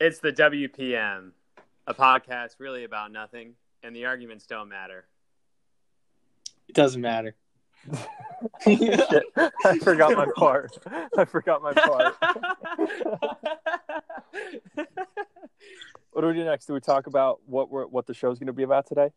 It's the WPM, a podcast really about nothing, and the arguments don't matter. It doesn't matter. Shit. I forgot my part. I forgot my part. What do we do next? Do we talk about what we're what the show's going to be about today?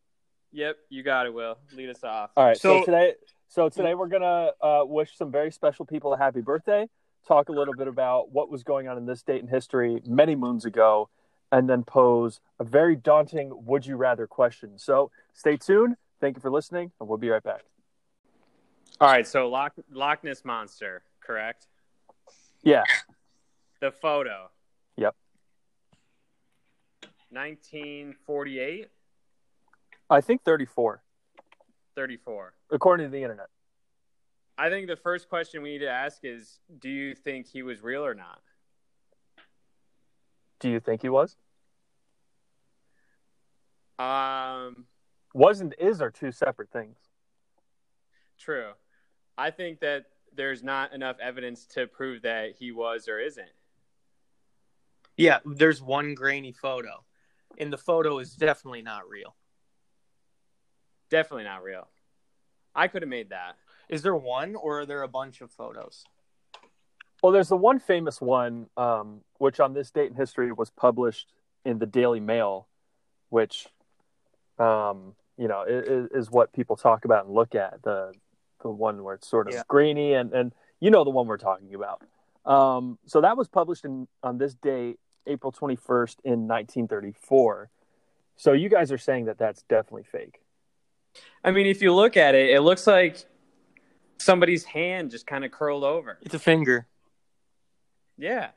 yep, you got it, Will. Lead us off. All right. So, So- today, so today we're gonna uh, wish some very special people a happy birthday. Talk a little bit about what was going on in this date in history many moons ago, and then pose a very daunting "Would you rather" question. So stay tuned. Thank you for listening, and we'll be right back. All right, so Loch, Loch Ness Monster, correct? Yeah. The photo. Yep. 1948, I think 34, 34. according to the internet. I think the first question we need to ask is do you think he was real or not? Do you think he was? Um, Was and is are two separate things. true. I think that there's not enough evidence to prove that he was or isn't. Yeah, there's one grainy photo, and the photo is definitely not real. Definitely not real. I could have made that. Is there one, or are there a bunch of photos? Well, there's the one famous one, um, which on this date in history was published in the Daily Mail, which, um, you know, is, is what people talk about and look at the the one where it's sort of Yeah. grainy and and you know the one we're talking about. Um, so that was published in on this date, April 21st in 1934. So you guys are saying that that's definitely fake. I mean, if you look at it, it looks like somebody's hand just kind of curled over. It's a finger. Yeah.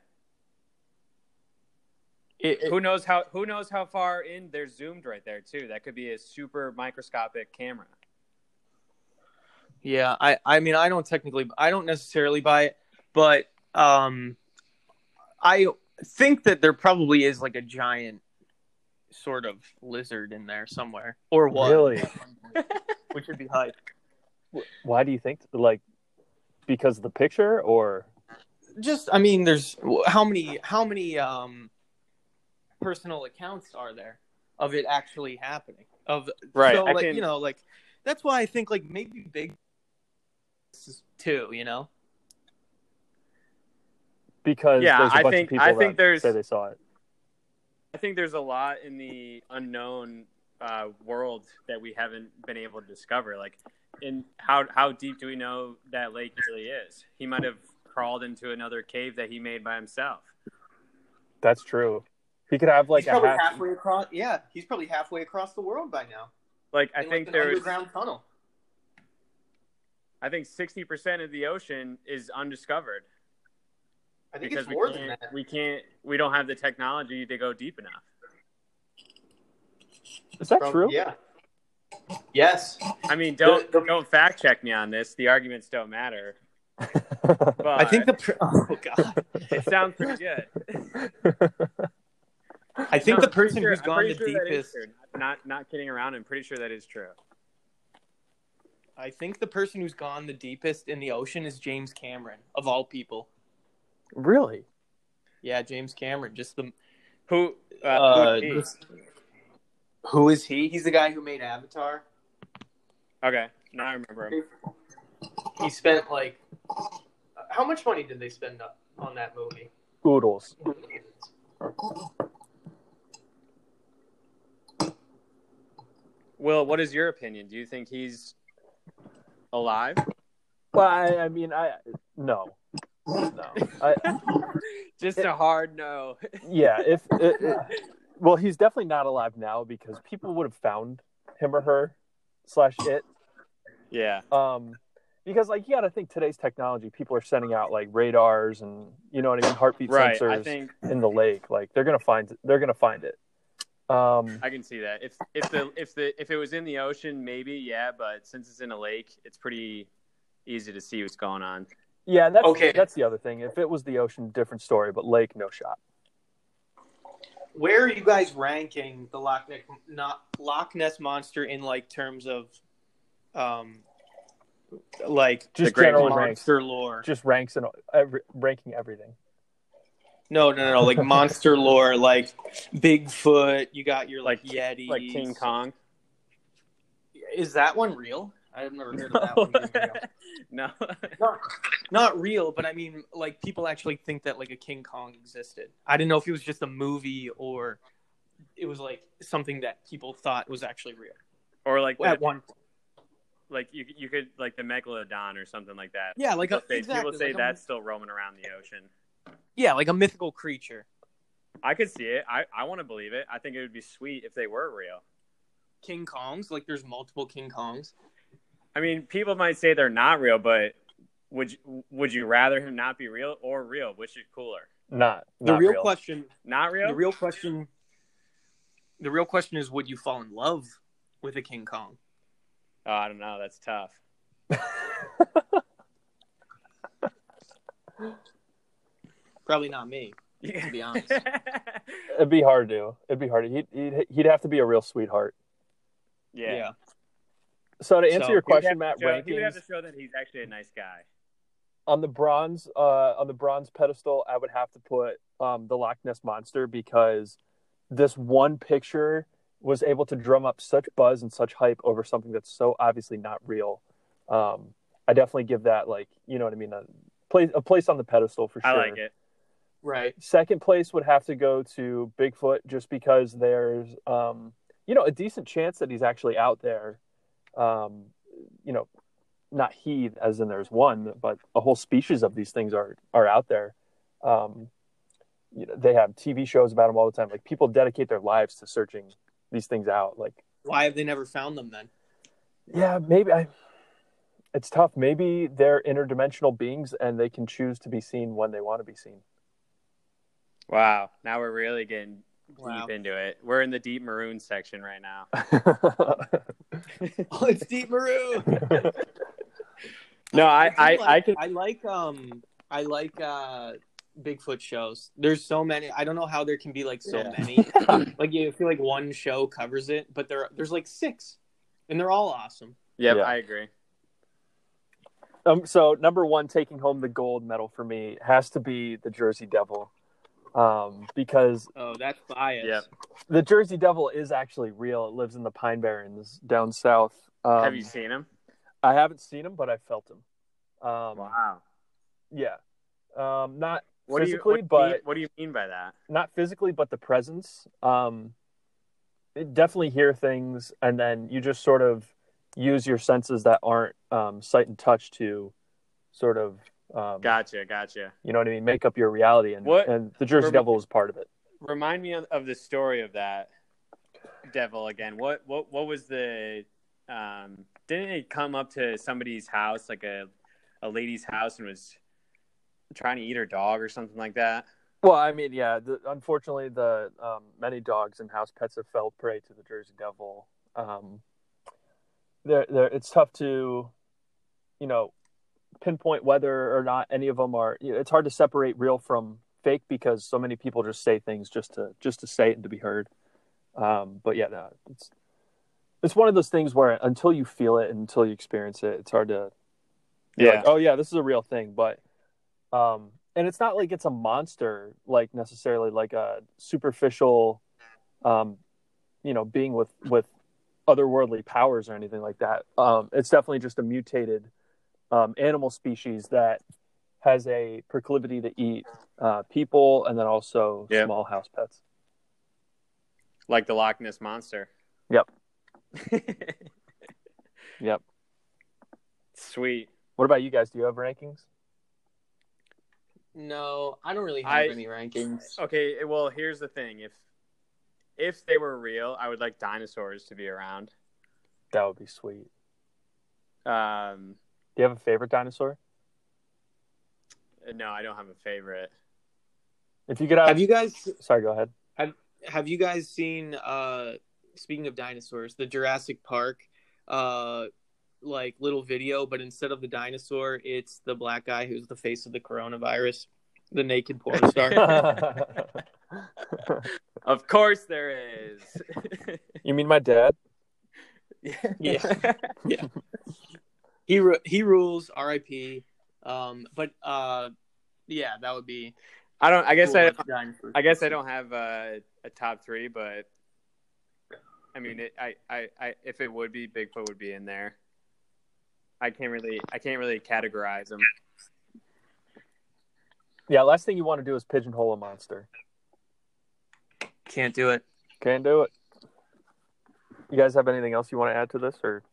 It, it- Who knows how who knows how far in they're zoomed right there too. That could be a super microscopic camera. yeah, I, I mean, I don't technically, I don't necessarily buy it, but um, I think that there probably is like a giant sort of lizard in there somewhere, or what? Really? Which would be hype. Why do you think like because of the picture or just i mean there's how many how many um personal accounts are there of it actually happening of Right, so, I like, can- you know like that's why i think like maybe big too you know because Yeah, there's a I bunch think- of people I think that there's- say they saw it. I think there's a lot in the unknown uh, world that we haven't been able to discover. Like, in how how deep do we know that lake really is? He might have crawled into another cave that he made by himself. That's true. He could have like he's a probably half. halfway across yeah he's probably halfway across the world by now Like, I in, think like, an there was, underground tunnel I think sixty percent of the ocean is undiscovered i think because it's we more than can't, that we can't, we don't have the technology to go deep enough. Is that Prob- true? yeah yes I mean, don't The- the- don't fact check me on this. The arguments don't matter. But i think the pr- oh god it sounds pretty good. i think No, the I'm pretty person sure- who's I'm gone pretty the sure that is deepest true. Not not kidding around. I'm pretty sure that is true. I think the person who's gone the deepest in the ocean is James Cameron, of all people. really? Yeah, James Cameron. Just the Who? Uh, uh, who'd be? just- who is he? He's the guy who made Avatar. okay, now I remember him. He spent like how much money did they spend up on that movie? Oodles. Will, what is your opinion? Do you think he's alive? Well, I, I mean, I no, no. I, Just a hard no. yeah. If it, it- well, he's definitely not alive now because people would have found him or her slash it. Yeah, Um, because like you got to think today's technology, people are sending out like radars and you know what I mean, heartbeat right. sensors I think in the lake. Like they're gonna find they're gonna find it. Um, I can see that. If if the if the if it was in the ocean, maybe yeah. But since it's in a lake, it's pretty easy to see what's going on. yeah, that's Okay. that's the other thing. If it was the ocean, different story. But lake, no shot. Where are you guys ranking the Loch Ness not Loch Ness monster in like terms of um like Just The Great general Wall. ranks. monster lore? just ranks and every, ranking everything. No, no, no, no. Like monster lore, like Bigfoot. You got your like, Like- Yeti, like King Kong. Is that one real? I've never heard of that one. being real. no, Not, not real, but I mean, like people actually think that like a King Kong existed. I didn't know if it was just a movie or it was like something that people thought was actually real or like at the- one. like you you could like the megalodon or something like that. Yeah, like a, People say, exactly, people say like a- that's still roaming around the ocean. yeah, like a mythical creature. I could see it. I, I want to believe it. I think it would be sweet if they were real. King Kongs, like there's multiple King Kongs. I mean, people might say they're not real, but would you, would you rather him not be real or real? Which is cooler? Not The not real, question, Not real. the real question, the real question is, would you fall in love with a King Kong? oh, I don't know. That's tough. Probably not me, to be honest. yeah. It'd be hard to. It'd be hard. He'd, he'd he'd have to be a real sweetheart. yeah. So to answer So- your He would question, have Matt, to show- He would have rankings to show that he's actually a nice guy. on the bronze uh, on the bronze pedestal, I would have to put um, the Loch Ness monster because this one picture was able to drum up such buzz and such hype over something that's so obviously not real. Um, I definitely give that like you know what I mean a place a place on the pedestal for sure. I like it. right. Second place would have to go to Bigfoot just because there's um, you know a decent chance that he's actually out there. Um, you know, not he as in there's one, but a whole species of these things are are out there. Um, you know, they have TV shows about them all the time. Like people dedicate their lives to searching these things out. Like Why have they never found them then? yeah, maybe I. It's tough. Maybe they're interdimensional beings and they can choose to be seen when they want to be seen. Wow. Now we're really getting Wow. deep into it. We're in the deep maroon section right now. Oh, it's Deep Maroon. No, I, I, do I like- can. I like um I like uh Bigfoot shows. There's so many. I don't know how there can be like so Yeah. many. like you feel like one show covers it, but there there's like six, and they're all awesome. Yep, Yeah. I agree. Um, so number one, taking home the gold medal for me has to be the Jersey Devil, um, because Oh, that's biased. Yep. the Jersey Devil is actually real. It lives in the Pine Barrens down south. Um, Have you seen him? I haven't seen him, but I felt him. Um, Wow. Yeah, um, not What do you, physically, what, do you but mean, what do you mean by that? not physically, but the presence. Um, it- definitely hear things, and then you just sort of use your senses that aren't um, sight and touch to sort of um, Gotcha, gotcha. You know what I mean? Make up your reality, and What- and the Jersey Remi- Devil is part of it. Remind me of, of the story of that devil again. What what what was the um didn't it come up to somebody's house, like a a lady's house and was trying to eat her dog or something like that? Well, I mean, yeah. The, unfortunately, the um, many dogs and house pets have fell prey to the Jersey Devil. Um, they're, they're, it's tough to, you know, pinpoint whether or not any of them are. you know, It's hard to separate real from fake because so many people just say things just to just to say it and to be heard. Um, but yeah, no, it's it's one of those things where until you feel it and until you experience it, it's hard to yeah. oh yeah, this is a real thing, but um and it's not like it's a monster like necessarily like a superficial um you know being with with otherworldly powers or anything like that. Um it's definitely just a mutated um animal species that has a proclivity to eat uh people and then also Yeah. small house pets. Like the Loch Ness monster. Yep. Yep. yep. Sweet. What about you guys? Do you have rankings? No, I don't really have I- Oh, any rankings. Okay, eh, well, here's the thing. If if they were real, I would like dinosaurs to be around. That would be sweet. Um, Do you have a favorite dinosaur? no, I don't have a favorite. If you uh, could have, Have you guys sorry, go ahead. have you guys seen uh speaking of dinosaurs the jurassic park uh like little video but instead of the dinosaur it's the black guy who's the face of the coronavirus the naked porn star Of course there is. you mean my dad? Yeah. he ru- he rules rip um but uh yeah that would be I don't. I guess I. Cool, giant first I guess I person. don't have a, a top three, but I mean, it, I, I, I, if it would be, Bigfoot would be in there. I can't really, I can't really categorize them. Yeah, last thing you want to do is pigeonhole a monster. Can't do it. Can't do it. You guys have anything else you want to add to this, or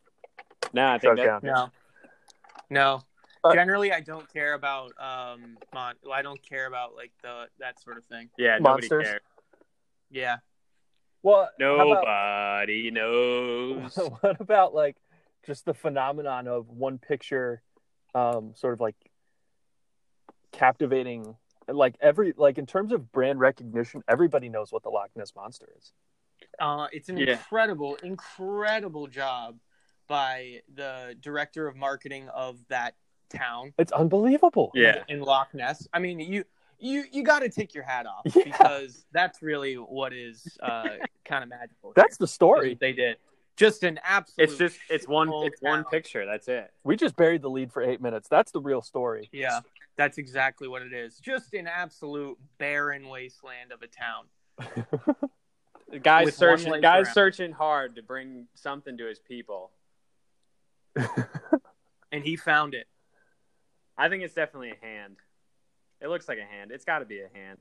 No, I shut it think that, down? No, no. Uh, Generally, I don't care about um, mon- I don't care about like the that sort of thing. yeah, Monsters. nobody cares. Yeah, Well, how about- Nobody knows. what about like just the phenomenon of one picture um sort of like captivating like every like in terms of brand recognition everybody knows what the loch ness monster is uh, it's an Yeah. incredible, incredible job by the director of marketing of that town it's unbelievable Yeah. in Loch Ness. I mean, you you you got to take your hat off Yeah. because that's really what is uh, kind of magical. that's the here. story they did. Just an absolute. It's just, it's one, Whole it's one town. picture. That's it. we just buried the lead for eight minutes that's the real story Yeah, that's exactly what it is. Just an absolute barren wasteland of a town. Guys With one searching, leg guys around. searching hard to bring something to his people. And he found it. I think it's definitely a hand. It looks like a hand. It's got to be a hand.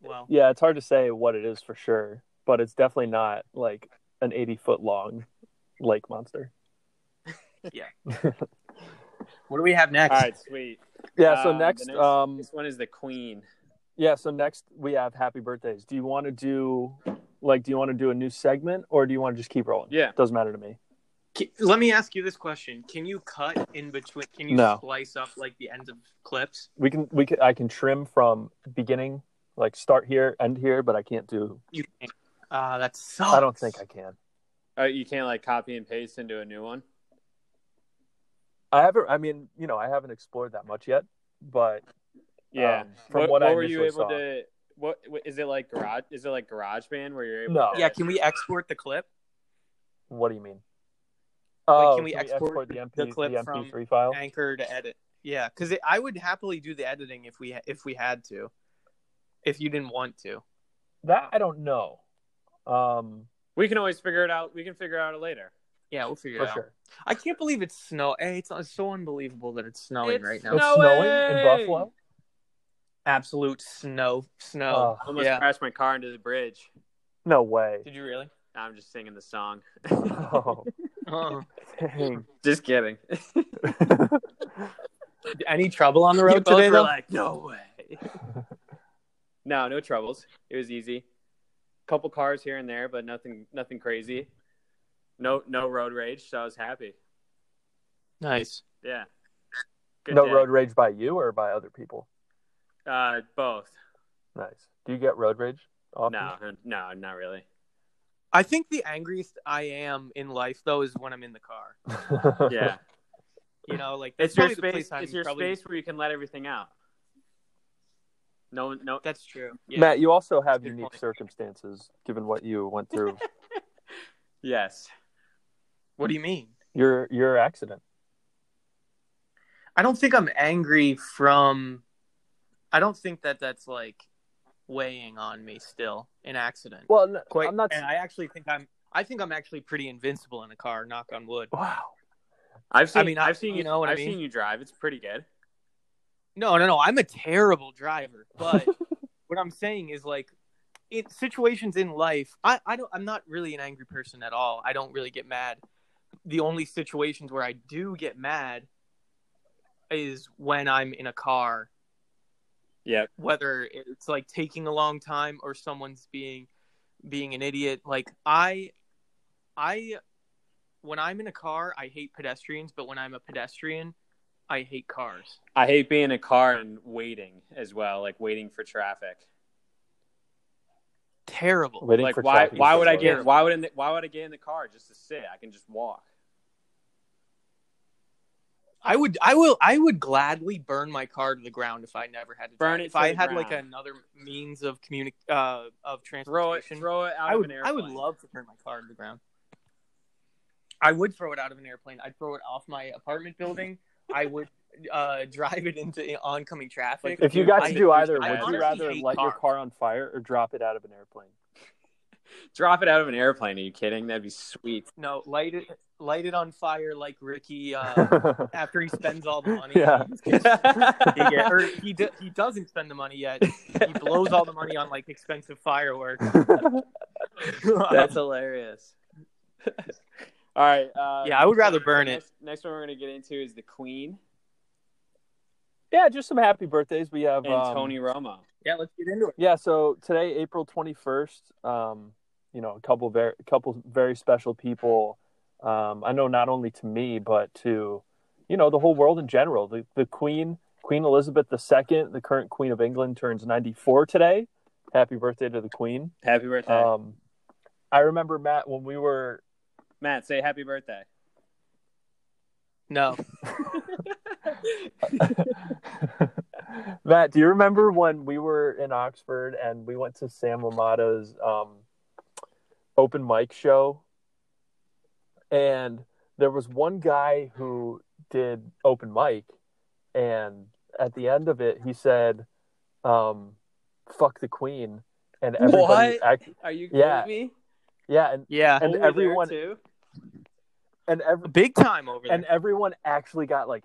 Well, yeah it's hard to say what it is for sure but it's definitely not like an 80 foot long lake monster what do we have next? All right, sweet. yeah so Um, the next next- um This one is the queen. Yeah, so next we have happy birthdays. Do you want to do like do you want to do a new segment or do you want to just keep rolling? Yeah. Doesn't matter to me. Can- Let me ask you this question: Can you cut in between? Can you No. slice up like the ends of clips? We can we can I can trim from beginning, like start here, end here, but I can't do You can't. Uh, that sucks. I don't think I can. Oh, you can't like copy and paste into a new one. I haven't I mean, you know, I haven't explored that much yet, but um, from what, I were you initially able saw, to? What, what is it like? Garage? Is it like GarageBand where you're able? No. To, Yeah, can we export the clip? what do you mean? Like, oh, can we export the the MP clip the from MP3 file? Anchor to edit. Yeah, because I would happily do the editing if we if we had to. If you didn't want to, That I don't know. Um we can always figure it out. We can figure out it later. yeah, we'll figure for it out. sure. I can't believe it's snow. Hey, it's, it's so unbelievable that it's snowing It's right now. No It's snowing in way! Buffalo. Absolute snow, Oh. snow. I almost Yeah. crashed my car into the bridge. No way. Did you really? I'm just singing the song. Oh, Oh. dang. just kidding. Any trouble on the You road both today? were Though? like, no way. no, no troubles. It was easy. Couple cars here and there, but nothing, nothing crazy. No, no road rage. So I was happy. nice. Yeah. Good no day. road rage by you or by other people. Uh, both. Nice. Do you get road rage? Often? No, no, not really. I think the angriest I am in life though is when I'm in the car. Yeah. You know, like that's It's your probably the space. place I'm It's your probably- space where you can let everything out. No, no. That's true. Yeah. Matt, you also have Good unique point. circumstances given what you went through. Yes. What do you mean? your your accident. I don't think I'm angry from. I don't think that that's like weighing on me still. An accident. Well, n- Quite. I'm not. And I actually think I'm. I think I'm actually pretty invincible in a car. Knock on wood. Wow. I've seen. I mean, mean, I- I've seen you. you know what I I've mean? seen you drive. It's pretty good. No, no, no. I'm a terrible driver. But what I'm saying is like in situations in life, I, I don't I'm not really an angry person at all. I don't really get mad. The only situations where I do get mad is when I'm in a car, Yep. whether it's like taking a long time or someone's being being an idiot. Like I I when I'm in a car, I hate pedestrians, but when I'm a pedestrian, I hate cars. I hate being in a car and waiting as well, like waiting for traffic. Terrible. Waiting Like for E. why? traffic Why to would I slow get? down. Why would I, why would I get in the car just to sit? I can just walk. I would, I will, I would gladly burn my car to the ground if I never had to Burn drive. it If to I the had ground. like another means of communic uh, of Throw it. transportation, Throw it out I of would, an airplane. I would love to turn my car to the ground. I would throw it out of an airplane. I'd throw it off my apartment building. I would uh, drive it into oncoming traffic. If you got I- to do either, I would honestly you rather hate light your cars. car on fire or drop it out of an airplane? Drop it out of an airplane. Are you kidding? That'd be sweet. No, light it, light it on fire like Ricky. Uh, after he spends all the money, Yeah. he get- or he do, he doesn't spend the money yet. He blows all the money on like expensive fireworks. That's hilarious. All right. Uh, Yeah, I would rather burn it. next, Next one we're going to get into is the Queen yeah, just some happy birthdays. We have and um, Tony Romo. yeah, let's get into it. Yeah, so today, April twenty first, um, you know, a couple very, a couple very special people. Um, I know not only to me, but to, you know, the whole world in general. The the Queen, Queen Elizabeth II, the current Queen of England, turns ninety four today. Happy birthday to the Queen. Happy birthday, Um, I remember Matt when we were. Matt. Say happy birthday. No, Matt, do you remember when we were in Oxford and we went to Sam Lamada's um, open mic show? And there was one guy who did open mic, and at the end of it, he said, um, "Fuck the Queen," and everybody, What? act- Are you kidding Yeah. me? yeah, and yeah, and Oh, we're there everyone too? and every, big time over there. and everyone actually got like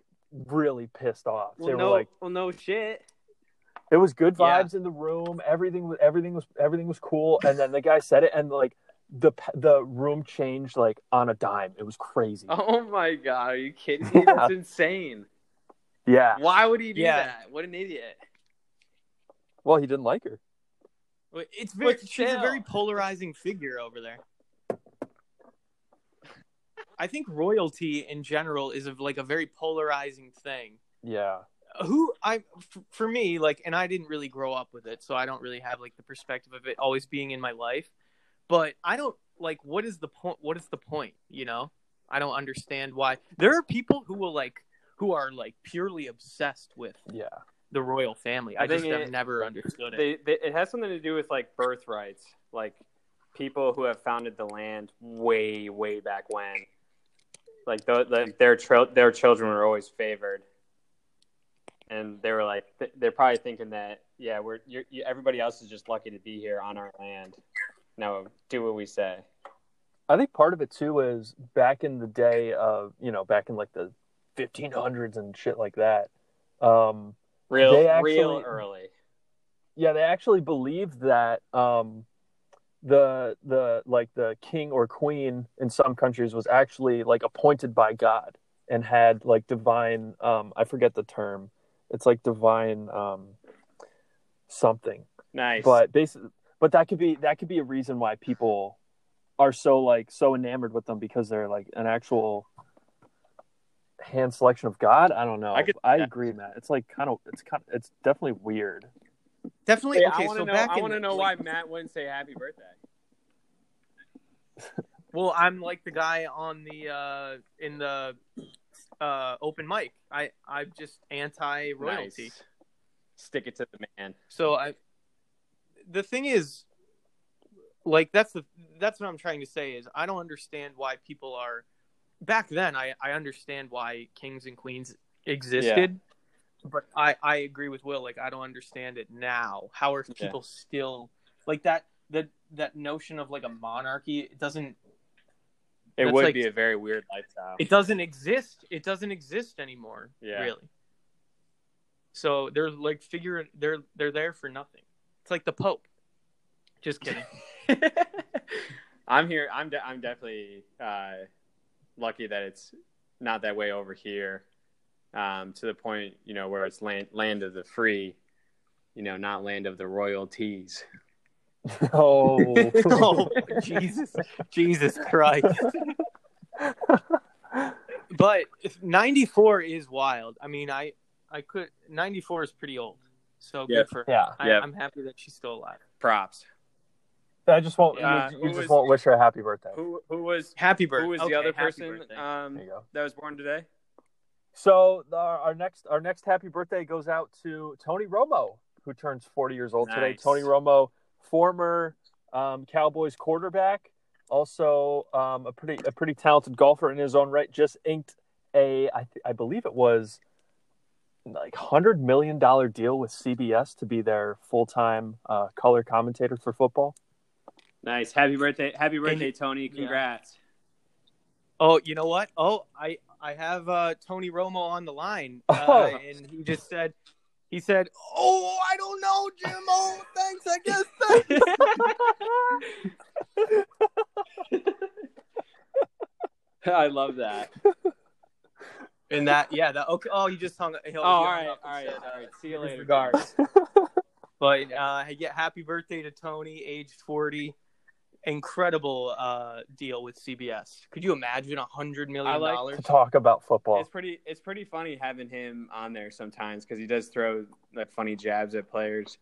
really pissed off. they Well, were no, like. well, no shit. It was good Yeah. vibes in the room. Everything was everything was everything was cool. And then the guy said it, and like the p- the room changed like on a dime. It was crazy. Oh my god, are you kidding me? That's insane. Yeah. Why would he do Yeah. that? What an idiot. Well, he didn't like her. very- it's very, But she's a still. very polarizing figure over there. I think royalty in general is a, like a very polarizing thing. Yeah. Who I f- for me like, and I didn't really grow up with it, so I don't really have like the perspective of it always being in my life. But I don't like what is the point? What is the point? You know, I don't understand why there are people who will like who are like purely obsessed with Yeah. the royal family. I I, just think have it- never understood it. They, they, it has something to do with like birthrights, like people who have founded the land way, way back when. Like tho- like their tro- their children were always favored, and they were like th- they're probably thinking that yeah we're you're, you, everybody else is just lucky to be here on our land. No, do what we say. I think part of it too is back in the day of you know back in like the 1500s and shit like that. Um, Real They actually- real early. yeah they actually believed that um the the like the king or queen in some countries was actually like appointed by god and had like divine um i forget the term it's like divine um something Nice, but basically but that could be that could be a reason why people are so like so enamored with them because they're like an actual hand selection of god i don't know I could- i agree matt it's like kind of it's kind of it's definitely weird Definitely. Hey, okay, I want to so know. back I in want to the- know why Matt wouldn't say happy birthday. Well, I'm like the guy on the uh in the uh open mic. I I'm just anti royalty. Nice. Stick it to the man. So I the thing is like that's the that's what I'm trying to say is I don't understand why people are back then I I understand why kings and queens existed. But I I agree with Will like I don't understand it now. How are Yeah. people still like that the that notion of like a monarchy it doesn't It That's would like- be a very weird lifestyle. it doesn't exist it doesn't exist anymore Yeah. really so they're like figure they're they're there for nothing it's like the pope just kidding I'm here. I'm de- I'm definitely uh, lucky that it's not that way over here. Um, to the point, you know, where it's land land of the free, you know, not land of the royalties. Oh, oh jesus jesus christ but if 94 is wild i mean i i could 94 is pretty old so Yeah. good for her yeah. I, Yeah. i'm happy that she's still alive Props. I just won't. Uh, you who you just is- won't wish her a happy birthday. Who who was happy birthday who was Okay, the other happy person birthday. um, There you go. that was born today? So the, our next, our next happy birthday goes out to Tony Romo, who turns 40 years old today. Nice. Tony Romo, former um, Cowboys quarterback, also um, a pretty, a pretty talented golfer in his own right. Just inked a, I, th- I believe it was like hundred million dollar deal with CBS to be their full time uh, color commentator for football. Nice. Happy birthday. Happy birthday, Tony. Congrats. Oh, you know what? Oh, I I have uh, Tony Romo on the line, uh, Oh. and he just said, he said, "Oh, I don't know, Jim. Oh, thanks. I guess thanks." I love that. and that, yeah, that. Okay. Oh, he just hung. he- he Oh, hung all right, all up and right, said, all uh, right. See you his later. regards. but uh, yeah, happy birthday to Tony, aged forty. Incredible uh, deal with CBS. Could you imagine a hundred I million like- dollars? to talk about football. It's pretty. It's pretty funny having him on there sometimes because he does throw like funny jabs at players.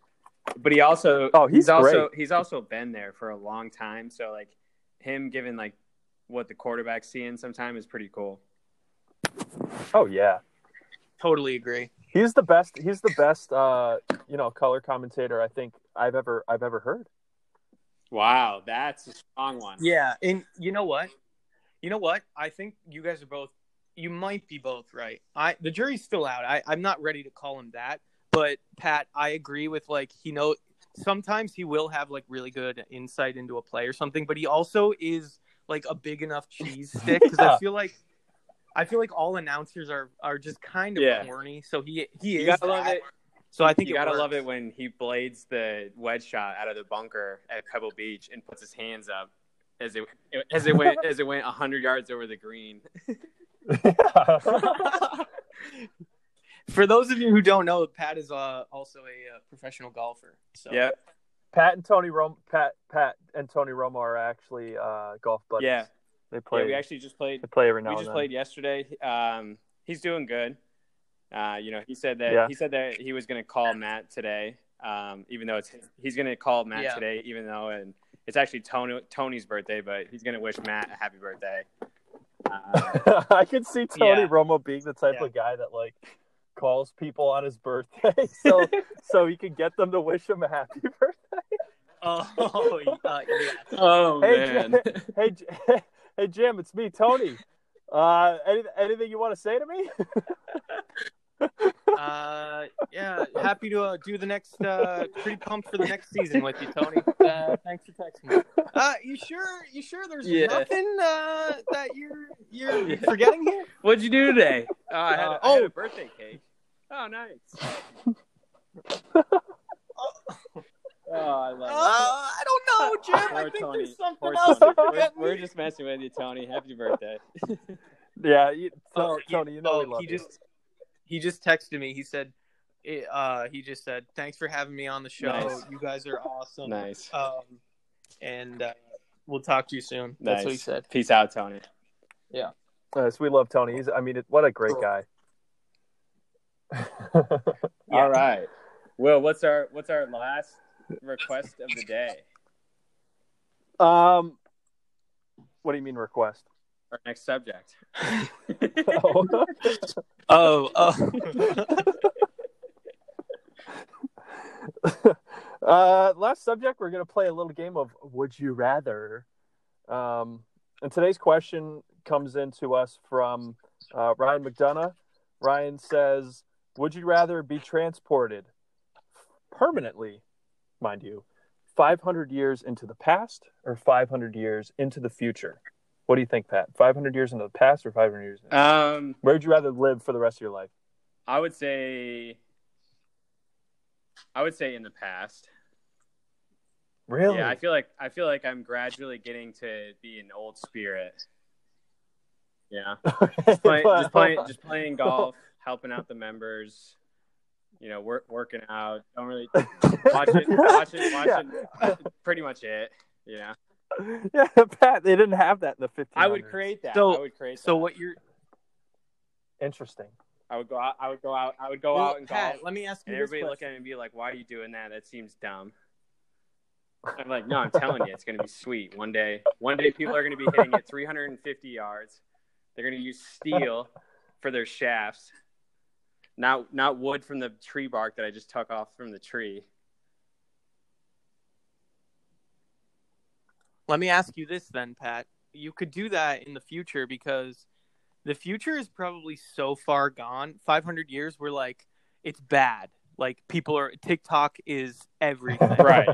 But he also Oh, he's also he's also been there for a long time. So like him giving like what the quarterback's seeing sometime is pretty cool. Oh yeah, Totally agree. he's the best. He's the best. Uh, you know, color commentator I think I've ever I've ever heard. Wow, that's a strong one. Yeah, and you know what? You know what? I think you guys are both. You might be both right. I the jury's still out. I I'm not ready to call him that, but Pat, I agree with like he know sometimes he will have like really good insight into a play or something, but he also is like a big enough cheese stick because I Yeah. feel like. I feel like all announcers are, are just kind of Yeah. corny, so he he You is. gotta love that. it. So I think you it gotta works. love it when he blades the wedge shot out of the bunker at Pebble Beach and puts his hands up as it as it went as it went hundred yards over the green. For those of you who don't know, Pat is uh, also a uh, professional golfer. So Yep. Pat and Tony Romo. Pat Pat and Tony Romo are actually uh, golf buddies. Yeah. they play. Yeah, we actually just played. they play every now We and just then. played yesterday. Um, he's doing good. Uh, you know, he said that Yeah. he said that he was gonna call Matt today. Um, even though it's he's gonna call Matt Yeah. today, even though and it's actually Tony Tony's birthday, but he's gonna wish Matt a happy birthday. Uh, I could see Tony Yeah. Romo being the type Yeah. of guy that like calls people on his birthday so so he can get them to wish him a happy birthday. Oh, uh, yeah. oh Hey, man. Hey, J- hey Jim, it's me, Tony. Uh, any, anything you want to say to me? Uh, yeah. Happy to uh, do the next. Uh, pretty pumped for the next season with you, Tony. Uh, thanks for texting me. Uh, you sure? You sure? There's Yeah. nothing uh, that you're you're Yeah. forgetting here. What'd you do today? Oh, I had had, a- a, I had a birthday cake. Oh, nice. oh, I Uh, love I don't know, Oh, Jim. I Poor think Tony. there's something Poor else. Tony. it. you're We're, forgetting. we're just messing with you, Tony. Happy birthday. Yeah, you, Oh, Tony, Tony, you know oh, we love he you. just he just texted me. He said, eh, uh, he just said, thanks for having me on the show. Nice. You guys are awesome. Nice. Um, and uh, we'll talk to you soon. That's what he Nice. said. Peace out, Tony. Yes, Uh, we love Tony. He's, I mean, it, what a great guy. Yeah. All right. Well, what's our what's our last request of the day? um, what do you mean request? Our next subject. Oh. Oh, oh. uh, last subject, we're going to play a little game of Would You Rather? Um, and today's question comes in to us from uh, Ryan McDonough. Ryan says, Would you rather be transported permanently, mind you, 500 years into the past or 500 years into the future? What do you think, Pat? 500 years into the past or 500 years? Into- Um, Where would you rather live for the rest of your life? I would say, I would say in the past. Really? Yeah, I feel like I feel like I'm gradually getting to be an old spirit. Yeah, just playing, just playing, just playing golf, helping out the members. You know, work, working out. Don't really watch it, watch it, watch Yeah. it. Pretty much it. You know, yeah, Pat, they didn't have that in the 50s. I would create that. So- I would create. so that. what you're Interesting. I would go out. I would go out. I would go out and Pat, golf. let me ask you And this everybody look question. at me and be like, "Why are you doing that? That seems dumb." I'm like, "No, I'm telling you, it's gonna be sweet. One day, one day, people are gonna be hitting it 350 yards. They're gonna use steel for their shafts, not not wood from the tree bark that I just took off from the tree." Let me ask you this then, Pat. You could do that in the future because the future is probably so far gone. 500 years, we're like, it's bad. Like people are TikTok is everything. Right.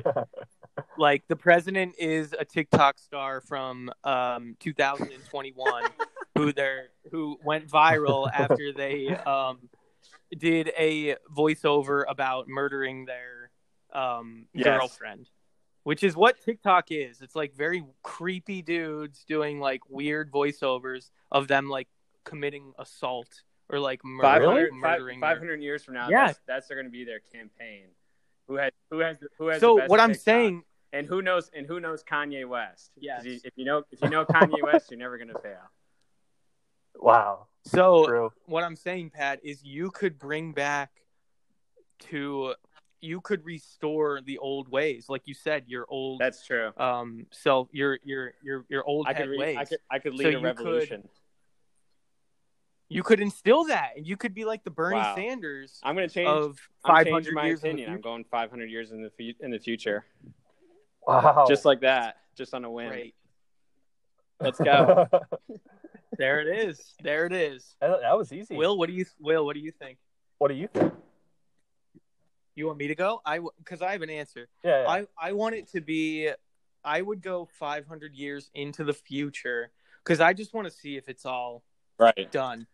Like the president is a TikTok star from um, 2021 who they're who went viral after they um, did a voiceover about murdering their um, Yes. girlfriend, which is what TikTok is. It's like very creepy dudes doing like weird voiceovers of them like committing assault or like murder, 500, murdering. their- 500 years from now, Yeah. that's, that's going to be their campaign. Who has who has the- who has the so best what I'm TikTok? saying, and who knows and who knows Kanye West? 'Cause Yes. you- if you know if you know Kanye West, you're never going to fail. wow. so True. what I'm saying, Pat, is you could bring back to you could restore the old ways, like you said, your old That's true. um self, your your your your old I head could, re- ways. I could I could So lead you a could- revolution. You could instill that, and you could be like the Bernie Wow. Sanders I'm going to change of I'm 500 changing my years. in the opinion. I'm future. going 500 years in the fu- in the future, Wow. just like that, just on a whim. Oh. Great. Let's go. There it is. There it is. that that was easy. Will, what do you Will, what do you think? what do you think? You want me to go? I because I have an answer. Yeah. I, I want it to be I would go 500 years into the future cuz I just want to see if it's all right. done.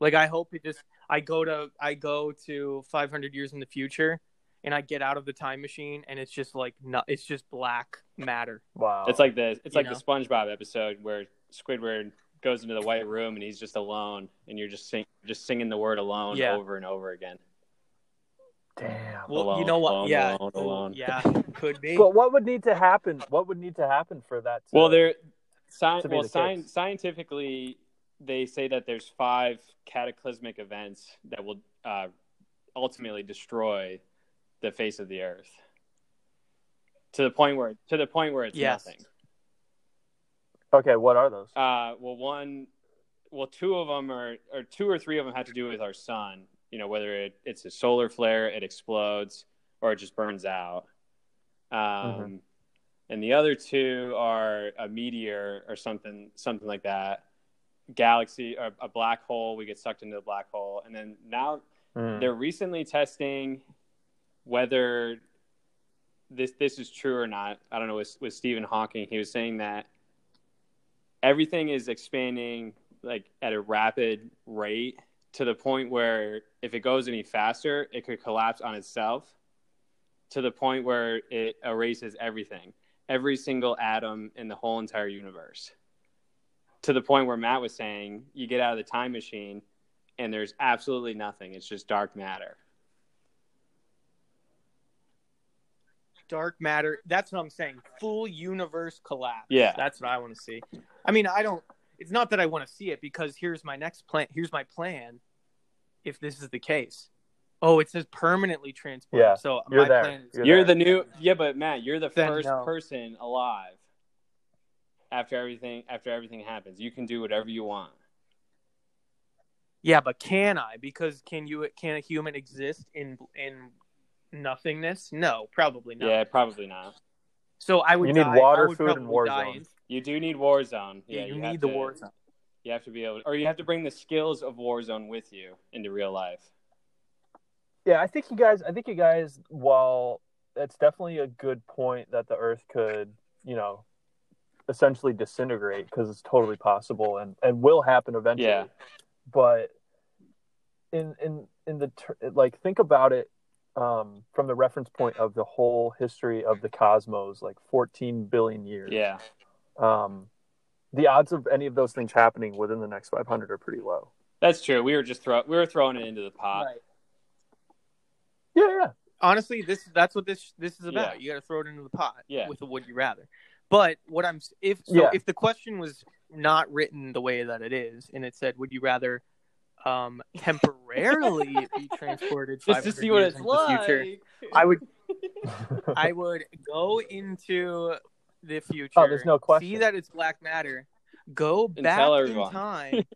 Like I hope it just I go to I go to 500 years in the future and I get out of the time machine and it's just like no, it's just black matter. wow. It's like the it's You like the SpongeBob episode where Squidward goes into the white room and he's just alone, and you're just sing, just singing the word alone Yeah. over and over again. damn. Well, you Alone, know what? alone, yeah. alone, alone. Yeah, could be. But what would need to happen? What would need to happen for that? To, Well, there, sci- To be well, the sci- case. scientifically, they say that there's five cataclysmic events that will uh, ultimately destroy the face of the Earth to the point where to the point where it's Yes. nothing. Okay. What are those? Uh, well, one, well, two of them are, or two or three of them have to do with our sun. You know, whether it, it's a solar flare, it explodes, or it just burns out. Um, Mhm. And the other two are a meteor or something, something like that. Galaxy or a black hole. We get sucked into the black hole, and then now Mm. they're recently testing whether this this is true or not. I don't know. With, with Stephen Hawking, he was saying that everything is expanding like at a rapid rate to the point where if it goes any faster, it could collapse on itself to the point where it erases everything, every single atom in the whole entire universe. To the point where Matt was saying, you get out of the time machine and there's absolutely nothing. It's just dark matter. dark matter. That's what I'm saying. Full universe collapse. Yeah. that's what I want to see. I mean, I don't. It's not that I want to see it because here's my next plan. Here's my plan. If this is the case, oh, it says permanently transformed. Yeah, So you're my there. plan is You're You're, the there. new yeah, but Matt, you're the Then first no. person alive after everything after everything happens. You can do whatever you want. yeah, but can I? Because can you? Can a human exist in in nothingness? No, probably not. Yeah, probably not. So I would. You need die- water, I would food, and probably war die zone. in- You do need Warzone. Yeah, you, have need the to- war zone. You have to be able, or you have to bring the skills of Warzone with you into real life. Yeah, I think you guys. I think you guys. While it's definitely a good point that the Earth could, you know, essentially disintegrate because it's totally possible and and will happen eventually. Yeah. But in in in the ter- like, think about it um, from the reference point of the whole history of the cosmos, like 14 billion years. Yeah, Um, the odds of any of those things happening within the next 500 are pretty low. that's true. We were just throw, we were throwing it into the pot. Right. Yeah, yeah. honestly, this that's what this this is about. Yeah. You got to throw it into the pot Yeah. with a would you rather. But what I'm s- if so Yeah. if the question was not written the way that it is, and it said, "Would you rather um, temporarily be transported Just to 500 see what years it's into the like. future?" I would I would go into the future. Oh, there's no See question. that it's black matter. Go And back tell in everyone. time. and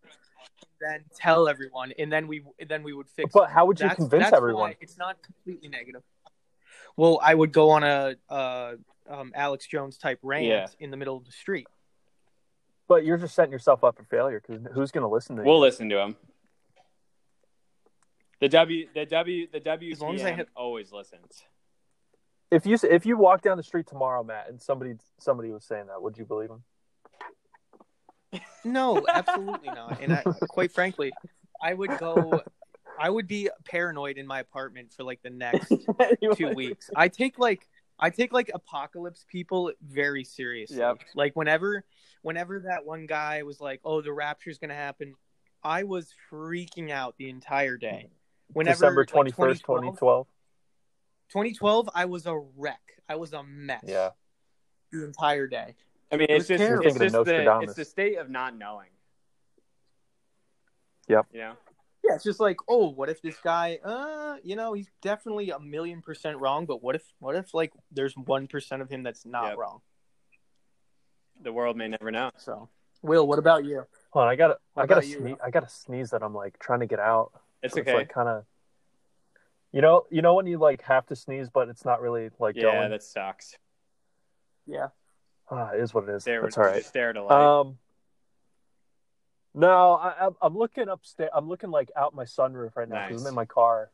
Then tell everyone, and then we then we would fix. But how would you That's- convince that's why everyone? it's not completely negative. Well, I would go on a uh, um, Alex Jones type rant Yeah. in the middle of the street. But you're just setting yourself up for failure because who's going to listen to you? We'll listen to him. The W, the W, the W. As long as I have- always listens. If you if you walk down the street tomorrow, Matt, and somebody somebody was saying that, would you believe him? No, absolutely not. And I, quite frankly, I would go. I would be paranoid in my apartment for like the next two weeks. I take like I take like apocalypse people very seriously. Yep. Like whenever whenever that one guy was like, "Oh, the rapture's going to happen." I was freaking out the entire day. Whenever December like, twenty first, 2012, twenty twelve. 2012, I was a wreck. I was a mess. Yeah. The entire day. I mean, It it's was just, terrible. it's Thinking of just the, Nostradamus. it's the state of not knowing. Yep. You know, Yeah, it's just like, oh, what if this guy, uh, you know, he's definitely a million percent wrong, but what if, what if like there's one percent of him that's not Yep. wrong? the world may never know. So, Will, what about you? Hold on, I got What I got about you? I got a sneeze that I'm like trying to get out. It's So okay. like kind of. You know, you know when you like have to sneeze, but it's not really like yeah, going. that sucks. Yeah, Ah, it is what it is. There, That's all right. Just stare at a light. Um, no, I, I'm- I'm looking upstairs. I'm looking like out my sunroof right now because Nice. I'm in my car.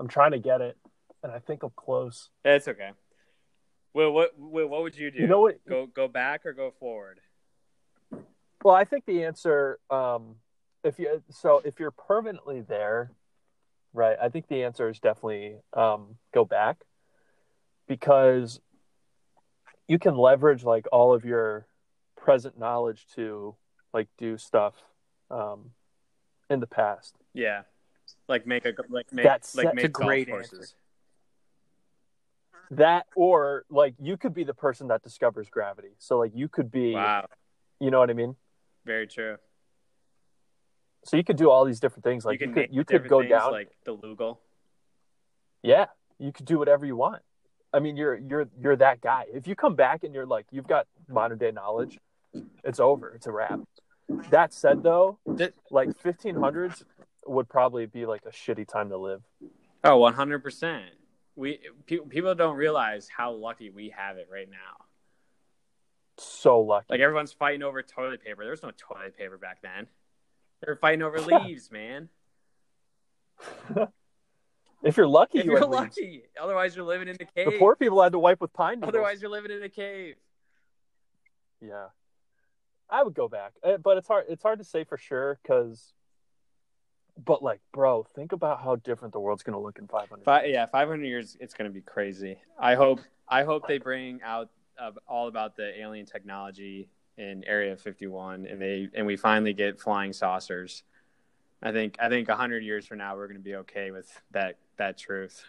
I'm trying to get it, and I think I'm close. That's okay. Well, what, Will, what would you do? You know what? Go, go back or go forward? Well, I think the answer, um, if you so if you're permanently there, right? I think the answer is definitely um, go back because you can leverage like all of your present knowledge to like do stuff um, in the past. Yeah, like make a like make That's- like that's make a golf great courses. answer. that or like you could be the person that discovers gravity so like you could be Wow, you know what i mean very true. so you could do all these different things like you, name could you could different go things, down like the Lugal. yeah you could do whatever you want i mean you're you're you're that guy if you come back and you're like you've got modern day knowledge it's over it's a wrap that said though That- like 1500s would probably be like a shitty time to live Oh, 100%. We pe- people don't realize how lucky we have it right now. so lucky Like everyone's fighting over toilet paper. There was no toilet paper back then. They were fighting over leaves, man. if you're lucky If you you're had leaves. lucky, otherwise you're living in the cave. the poor people had to wipe with pine needles Otherwise you're living in a cave. Yeah, I would go back, Uh, but it's hard. It's hard to say for sure because, but like, bro, think about how different the world's gonna look in five hundred. Five, yeah, 500 years. It's gonna be crazy. I hope. I hope they bring out uh, all about the alien technology in Area 51, and they and we finally get flying saucers. I think. I think 100 years from now, we're gonna be okay with that. That truth.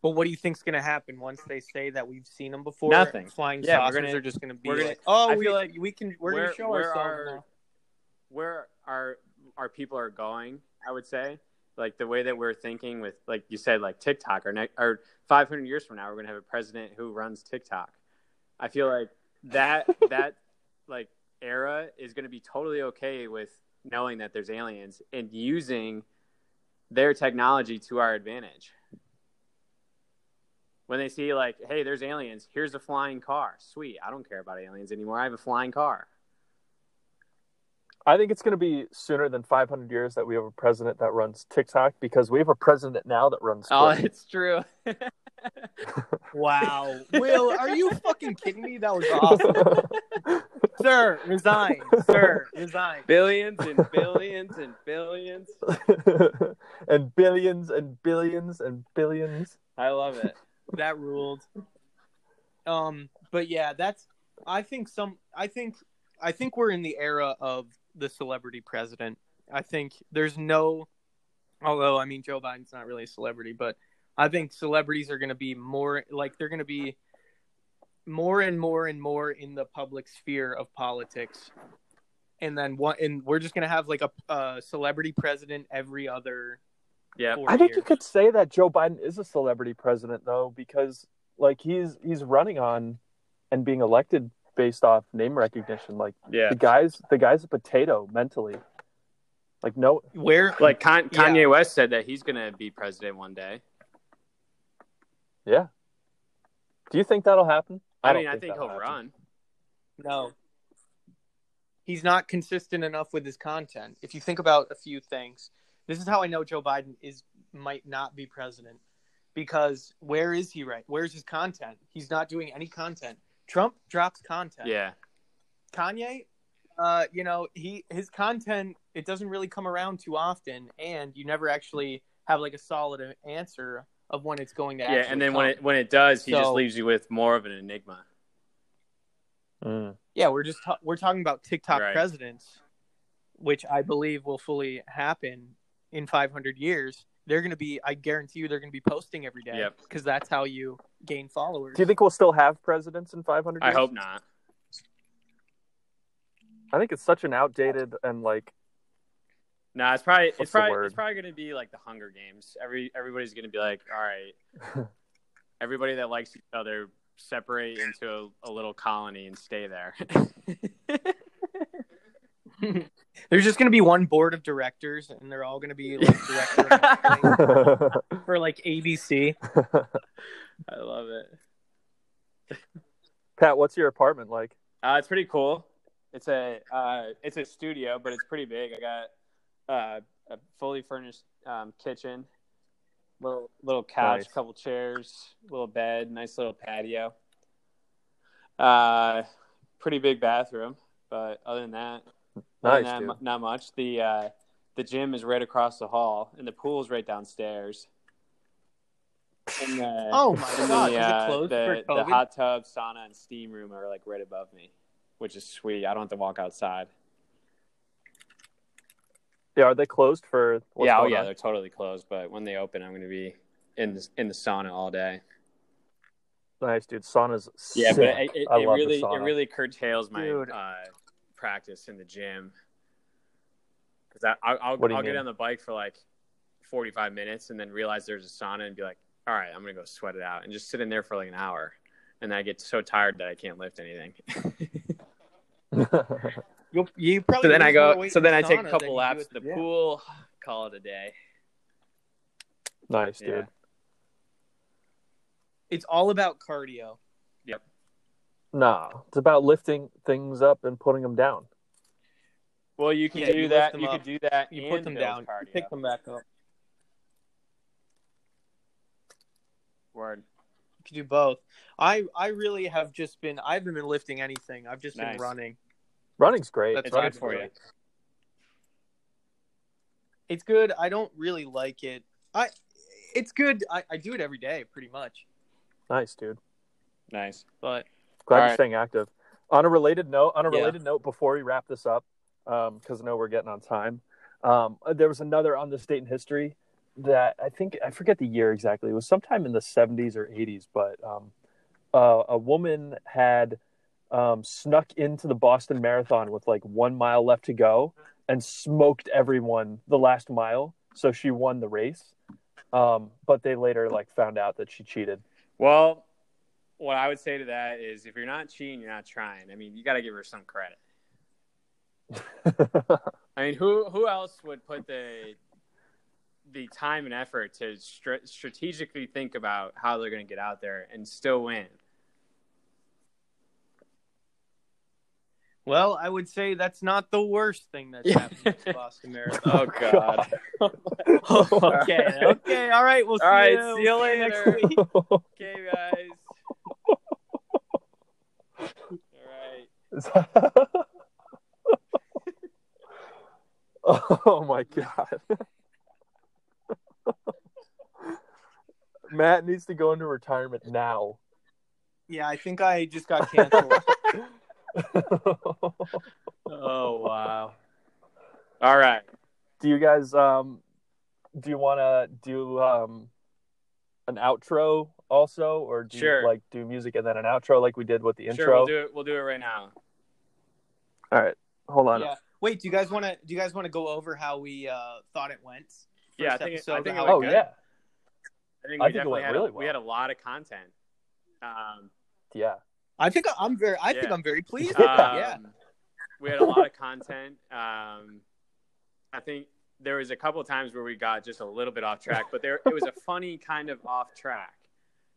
but what do you think's going to happen once they say that we've seen them before? Nothing. Flying Yeah, we're saucers gonna- are just going to be we're gonna- like, oh, I we, feel like like we can, we're going where- to show where ourselves. are- now. where our our people are going, I would say, like the way that we're thinking with, like you said, like TikTok or ne- or 500 years from now, we're gonna have a president who runs TikTok. I feel like that that like era is gonna be totally okay with knowing that there's aliens and using their technology to our advantage. When they see like, hey, there's aliens. Here's a flying car. Sweet. I don't care about aliens anymore. I have a flying car. I think it's gonna be sooner than five hundred years that we have a president that runs TikTok because we have a president now that runs. Oh, Twitter. it's true. Wow. Will, are you fucking kidding me? That was awesome. sir, resign. Sir, resign. billions and billions and billions. and billions and billions and billions. I love it. that ruled. Um, but yeah, that's. I think some. I think. I think we're in the era of the celebrity president. I think there's no. Although I mean, Joe Biden's not really a celebrity, but I think celebrities are going to be more like they're going to be more and more and more in the public sphere of politics. And then one, and we're just gonna have like a, a celebrity president every other. Yeah. four I think you years. could say that Joe Biden is a celebrity president though, because like he's he's running on and being elected based off name recognition. Like Yeah. the guy's the guy's a potato mentally. Like no, Where Like Con- Yeah. Kanye West said that he's going to be president one day. yeah. Do you think that'll happen? I, mean, I think that'll he'll happen. run. No. he's not consistent enough with his content. If you think about a few things, this is how I know Joe Biden is might not be president because where is he right? Where's his content? He's not doing any content. Trump drops content. Yeah. Kanye, uh, you know, he his content it doesn't really come around too often, and you never actually have like a solid answer of when it's going to. Yeah, actually and then come. when it when it does, he just So- leaves you with more of an enigma. Mm. yeah, we're just ta- we're talking about TikTok Right. presidents, which I believe will fully happen in 500 years. They're going to be, I guarantee you, they're going to be posting every day Yep. because that's how you gain followers. Do you think we'll still have presidents in 500 I years? hope not. I think it's such an outdated and like No, it's probably What's it's the probably word? it's probably gonna be like the Hunger Games. Every everybody's gonna be like, all right, everybody that likes each other separate into a, a little colony and stay there. There's just going to be one board of directors, and they're all going to be like director of marketing for like ABC. I love it. Pat, what's your apartment like? Uh, it's pretty cool. It's a uh, it's a studio, but it's pretty big. I got uh, a fully furnished um, kitchen, little little couch, Nice. couple chairs, little bed, nice little patio. Uh, pretty big bathroom, but other than that, other Nice, than dude. that, mu- not much. The uh, the gym is right across the hall, and the pool's right downstairs. And, uh, Oh my and god! the, is uh, it closed the, for the COVID? hot tub, sauna, and steam room are like right above me, which is sweet. I don't have to walk outside. Yeah, are they closed for? What's yeah, oh going yeah, on? they're totally closed. But when they open, I'm going to be in the, in the sauna all day. Nice, dude. Sauna's Yeah, sick. but it, it, I it love the really it sauna. really curtails my Dude. uh, practice in the gym because I'll I'll, What do you I'll get mean? on the bike for like 45 minutes and then realize there's a sauna and be like, all right, I'm going to go sweat it out and just sit in there for like an hour. And then I get so tired that I can't lift anything. You'll- you so probably then I lose more go. weight So in then I the take a sauna than couple you do laps at to the gym. pool, call it a day. nice, Yeah. dude. It's all about cardio. Nah, it's about lifting things up and putting them down. Well, you can do Yeah, you lift that. them You up. could do that. You and put them build down, you cardio. pick them back up. Word. You can do both. I I really have just been I haven't been lifting anything. I've just Nice. been running. Running's great. That's It's right good Running's for you. great. It's good. I don't really like it. I it's good. I, I do it every day pretty much. Nice, dude. Nice. But Glad All you're right. staying active. On a related note, on a Yeah. related note, before we wrap this up, because I know we're getting on time, um, there was another on this date in history that I think I forget the year exactly. It was sometime in the 70s or 80s, but um, uh, a woman had um, snuck into the Boston Marathon with like one mile left to go and smoked everyone the last mile, so she won the race. Um, but they later like found out that she cheated. Well, what I would say to that is, if you're not cheating, you're not trying. I mean, you got to give her some credit. I mean, who who else would put the the time and effort to str- strategically think about how they're going to get out there and still win? well, I would say that's not the worst thing that's Yeah. happened to Boston Marathon. Oh God! okay, okay, all right. We'll see All right, you. see you We'll later. next week. okay, guys. All right. oh my god. Matt needs to go into retirement now. Yeah, I think I just got canceled. Oh wow! All right. do you guys um do you want to do um an outro also or do Sure. you like do music and then an outro like we did with the intro? Sure, we'll do it. We'll do it right now. All right. Hold on. yeah. Wait, do you guys want to do you guys want to go over how we uh, thought it went? Yeah, I First think it- episode, I think how it it Oh good. yeah. I think we I think it definitely went had really a, well. we had a lot of content. Um, Yeah. I think I'm very. I think Yeah. I'm very pleased. Yeah. um, yeah. we had a lot of content. Um, I think there was a couple of times where we got just a little bit off track, but there it was a funny kind of off track.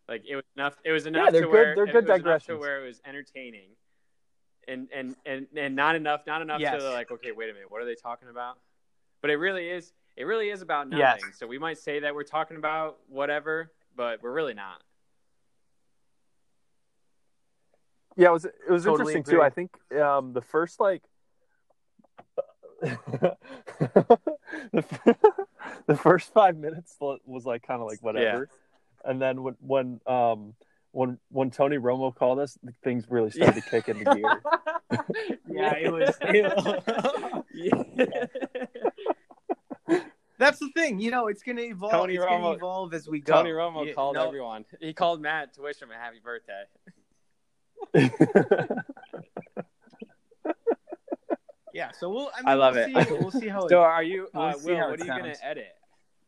Like it was enough. It was enough they're to good- where they're it good was enough to digressions. where it was entertaining, and and and and not enough, not enough. Yes. So they're like, okay, wait a minute, what are they talking about? But it really is, it really is about nothing. Yes. So we might say that we're talking about whatever, but we're really not. Yeah, it was it was Totally interesting too. agree. I think um, the first like the, f- the first five minutes wa- was like kind of like whatever, and then when when um when when Tony Romo called us, things really started to kick into gear. Yeah, it was. it- That's the thing, you know. It's gonna evolve. Tony it's gonna Romo- evolve as we go. Tony Romo You- called no- everyone. He called Matt to wish him a happy birthday. Yeah, so we'll. I, mean, I love we'll it. See, we'll see how. it, So are you, uh, Oh, We'll see Will? how What it are you gonna sounds. edit?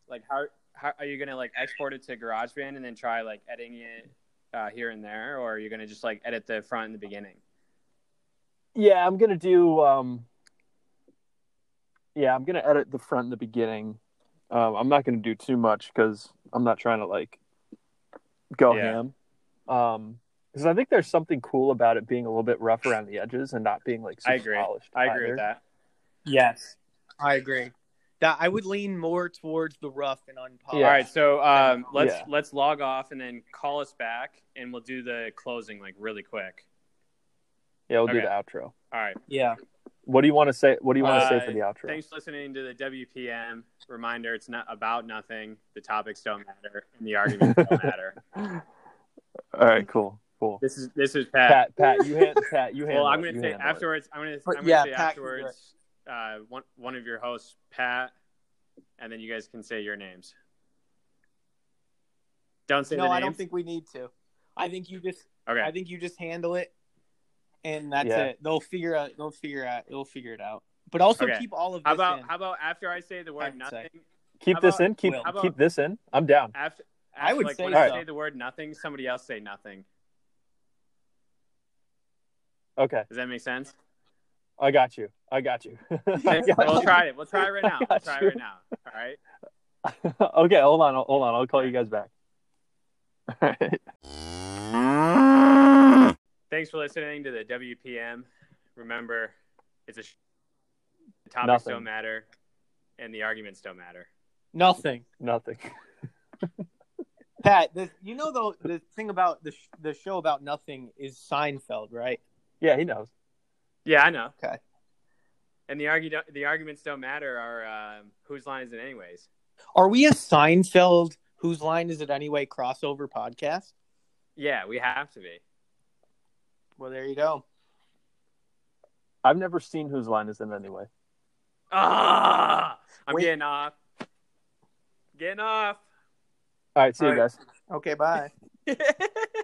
Like how, how are you gonna like export it to GarageBand and then try like editing it uh, here and there, or are you gonna just like edit the front and the beginning? yeah, I'm gonna do um yeah, I'm gonna edit the front in the beginning. Um, I'm not gonna do too much because I'm not trying to like go Yeah. ham. Um, because I think there's something cool about it being a little bit rough around the edges and not being like super I agree. polished. I agree with either. that. yes, I agree. That I would lean more towards the rough and unpolished. Yeah. All right, so um, let's Yeah. let's log off and then call us back, and we'll do the closing like really quick. Yeah, we'll do Okay. the outro. All right, Yeah. What do you want to say? What do you want to say Uh, for the outro? thanks for listening to the WPM reminder. It's not about nothing. The topics don't matter, and the arguments don't matter. All right, cool, cool. This is this is Pat. Pat, Pat, you hand, Pat, you handle Well, I'm it, going to you say handle it. afterwards. I'm going to But I'm gonna yeah, say Pat can do it. afterwards. Uh, one one of your hosts, Pat, and then you guys can say your names. Don't say No, the names. I don't think we need to. I think you just. I Okay. think you just handle it, and that's Yeah. it. They'll figure out. They'll figure out. They'll figure it out. But also Okay. keep all of this How about in. how about after I say the word I'd say. nothing? Keep How this about- in. Keep Will. How about- keep this in. I'm down. After, I after, would like say when so. I say the word nothing, somebody else say nothing. Okay, Does that make sense? I got you. I got you. I got we'll you. try it. We'll try it right now. We'll got try it you. right now. All right. okay, hold on, hold on. I'll call you guys back. All right. Thanks for listening to the WPM. Remember, it's a sh- the topics Nothing. don't matter, and the arguments don't matter. Nothing. Nothing. Pat, the, you know though the thing about the sh- the show about nothing is Seinfeld, right? Yeah, he knows. Yeah, I know. Okay. And the argue the arguments don't matter are um, whose line is it anyways? Are we a Seinfeld? Whose line is it anyway? Crossover podcast. Yeah, we have to be. Well, there you go. I've never seen whose line is in anyway. Ah, I'm Wait. getting off. Getting off. All right, see All you right. guys. Okay, bye.